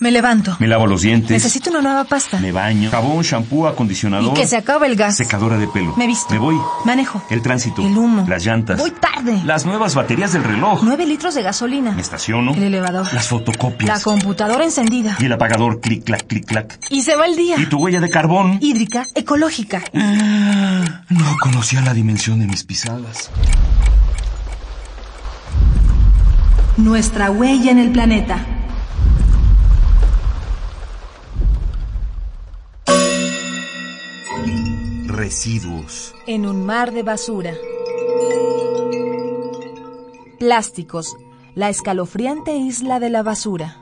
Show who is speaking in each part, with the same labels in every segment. Speaker 1: Me levanto.
Speaker 2: Me lavo los dientes.
Speaker 1: Necesito una nueva pasta.
Speaker 2: Me baño. Jabón, shampoo, acondicionador.
Speaker 1: Y que se acabe el gas.
Speaker 2: Secadora de pelo.
Speaker 1: Me visto.
Speaker 2: Me voy.
Speaker 1: Manejo.
Speaker 2: El tránsito.
Speaker 1: El humo.
Speaker 2: Las llantas.
Speaker 1: Voy tarde.
Speaker 2: Las nuevas baterías del reloj.
Speaker 1: Nueve litros de gasolina.
Speaker 2: Me estaciono.
Speaker 1: El elevador.
Speaker 2: Las fotocopias.
Speaker 1: La computadora encendida.
Speaker 2: Y el apagador. Clic, clac, clic, clac.
Speaker 1: Y se va el día.
Speaker 2: Y tu huella de carbón.
Speaker 1: Hídrica, ecológica.
Speaker 2: No conocía la dimensión de mis pisadas. Mm.
Speaker 3: Nuestra huella en el planeta.
Speaker 2: Residuos.
Speaker 3: En un mar de basura. Plásticos. La escalofriante isla de la basura.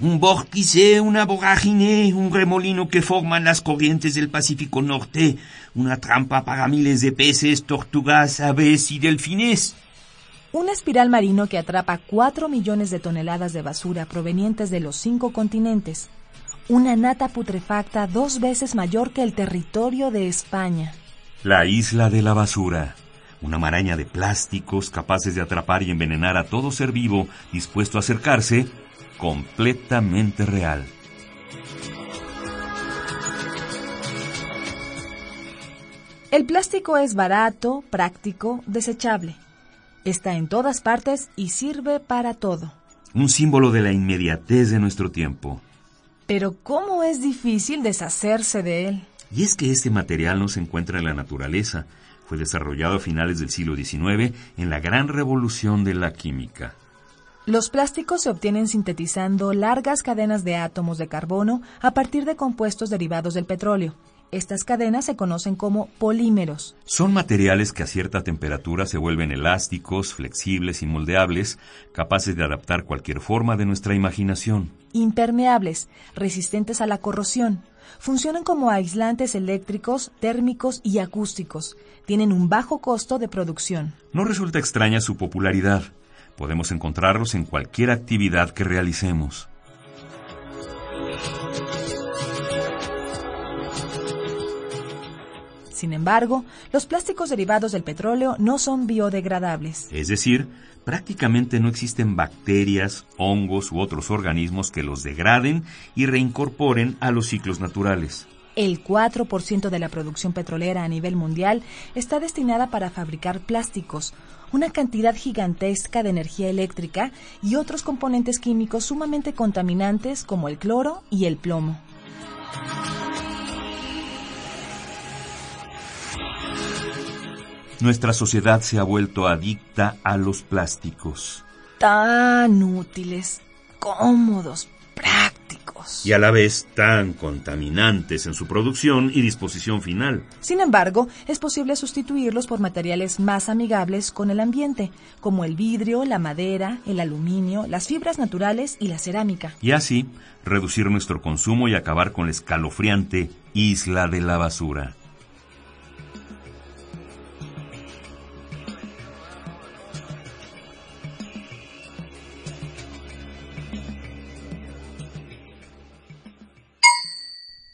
Speaker 4: un vórtice, una vorágine, un remolino que forman las corrientes del Pacífico Norte, una trampa para miles de peces, tortugas, aves y delfines.
Speaker 3: Un espiral marino que atrapa 4 millones de toneladas de basura provenientes de los cinco continentes. Una nata putrefacta dos veces mayor que el territorio de España.
Speaker 2: La isla de la basura una maraña de plásticos capaces de atrapar y envenenar a todo ser vivo dispuesto a acercarse, completamente real.
Speaker 3: El plástico es barato, práctico, desechable. Está en todas partes y sirve para todo.
Speaker 2: Un símbolo de la inmediatez de nuestro tiempo.
Speaker 3: Pero ¿cómo es difícil deshacerse de él?
Speaker 2: Y es que este material no se encuentra en la naturaleza, fue desarrollado a finales del siglo XIX en la gran revolución de la química.
Speaker 3: Los plásticos se obtienen sintetizando largas cadenas de átomos de carbono a partir de compuestos derivados del petróleo. Estas cadenas se conocen como polímeros.
Speaker 2: Son materiales que a cierta temperatura se vuelven elásticos, flexibles y moldeables, capaces de adaptar cualquier forma de nuestra imaginación.
Speaker 3: Impermeables, resistentes a la corrosión. Funcionan como aislantes eléctricos, térmicos y acústicos. Tienen un bajo costo de producción.
Speaker 2: No resulta extraña su popularidad. Podemos encontrarlos en cualquier actividad que realicemos.
Speaker 3: Sin embargo, los plásticos derivados del petróleo no son biodegradables.
Speaker 2: Es decir, prácticamente no existen bacterias, hongos u otros organismos que los degraden y reincorporen a los ciclos naturales.
Speaker 3: El 4% de la producción petrolera a nivel mundial está destinada para fabricar plásticos, una cantidad gigantesca de energía eléctrica y otros componentes químicos sumamente contaminantes como el cloro y el plomo.
Speaker 2: Nuestra sociedad se ha vuelto adicta a los plásticos.
Speaker 3: Tan útiles, cómodos, prácticos.
Speaker 2: Y a la vez tan contaminantes en su producción y disposición final.
Speaker 3: Sin embargo, es posible sustituirlos por materiales más amigables con el ambiente, como el vidrio, la madera, el aluminio, las fibras naturales y la cerámica.
Speaker 2: Y así, reducir nuestro consumo y acabar con la escalofriante isla de la basura.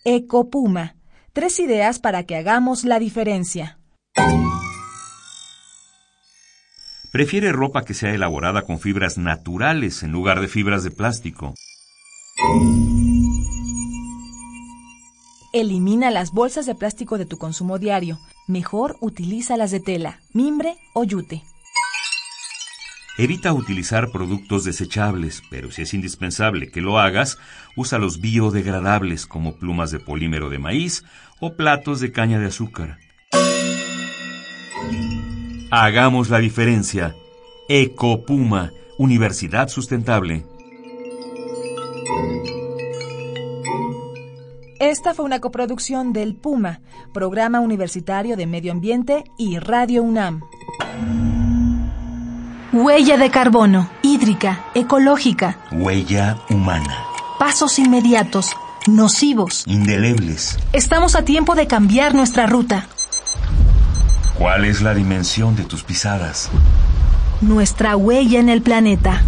Speaker 3: Ecopuma. Tres ideas para que hagamos la diferencia.
Speaker 2: Prefiere ropa que sea elaborada con fibras naturales en lugar de fibras de plástico.
Speaker 3: Elimina las bolsas de plástico de tu consumo diario. Mejor utiliza las de tela, mimbre o yute.
Speaker 2: Evita utilizar productos desechables, pero si es indispensable que lo hagas, usa los biodegradables como plumas de polímero de maíz o platos de caña de azúcar. Hagamos la diferencia. Ecopuma, Universidad Sustentable.
Speaker 3: Esta fue una coproducción del Puma, Programa Universitario de Medio Ambiente y Radio UNAM.
Speaker 1: Huella de carbono, hídrica, ecológica.
Speaker 2: Huella humana.
Speaker 1: Pasos inmediatos, nocivos.
Speaker 2: Indelebles.
Speaker 1: Estamos a tiempo de cambiar nuestra ruta.
Speaker 2: ¿Cuál es la dimensión de tus pisadas?
Speaker 1: Nuestra huella en el planeta.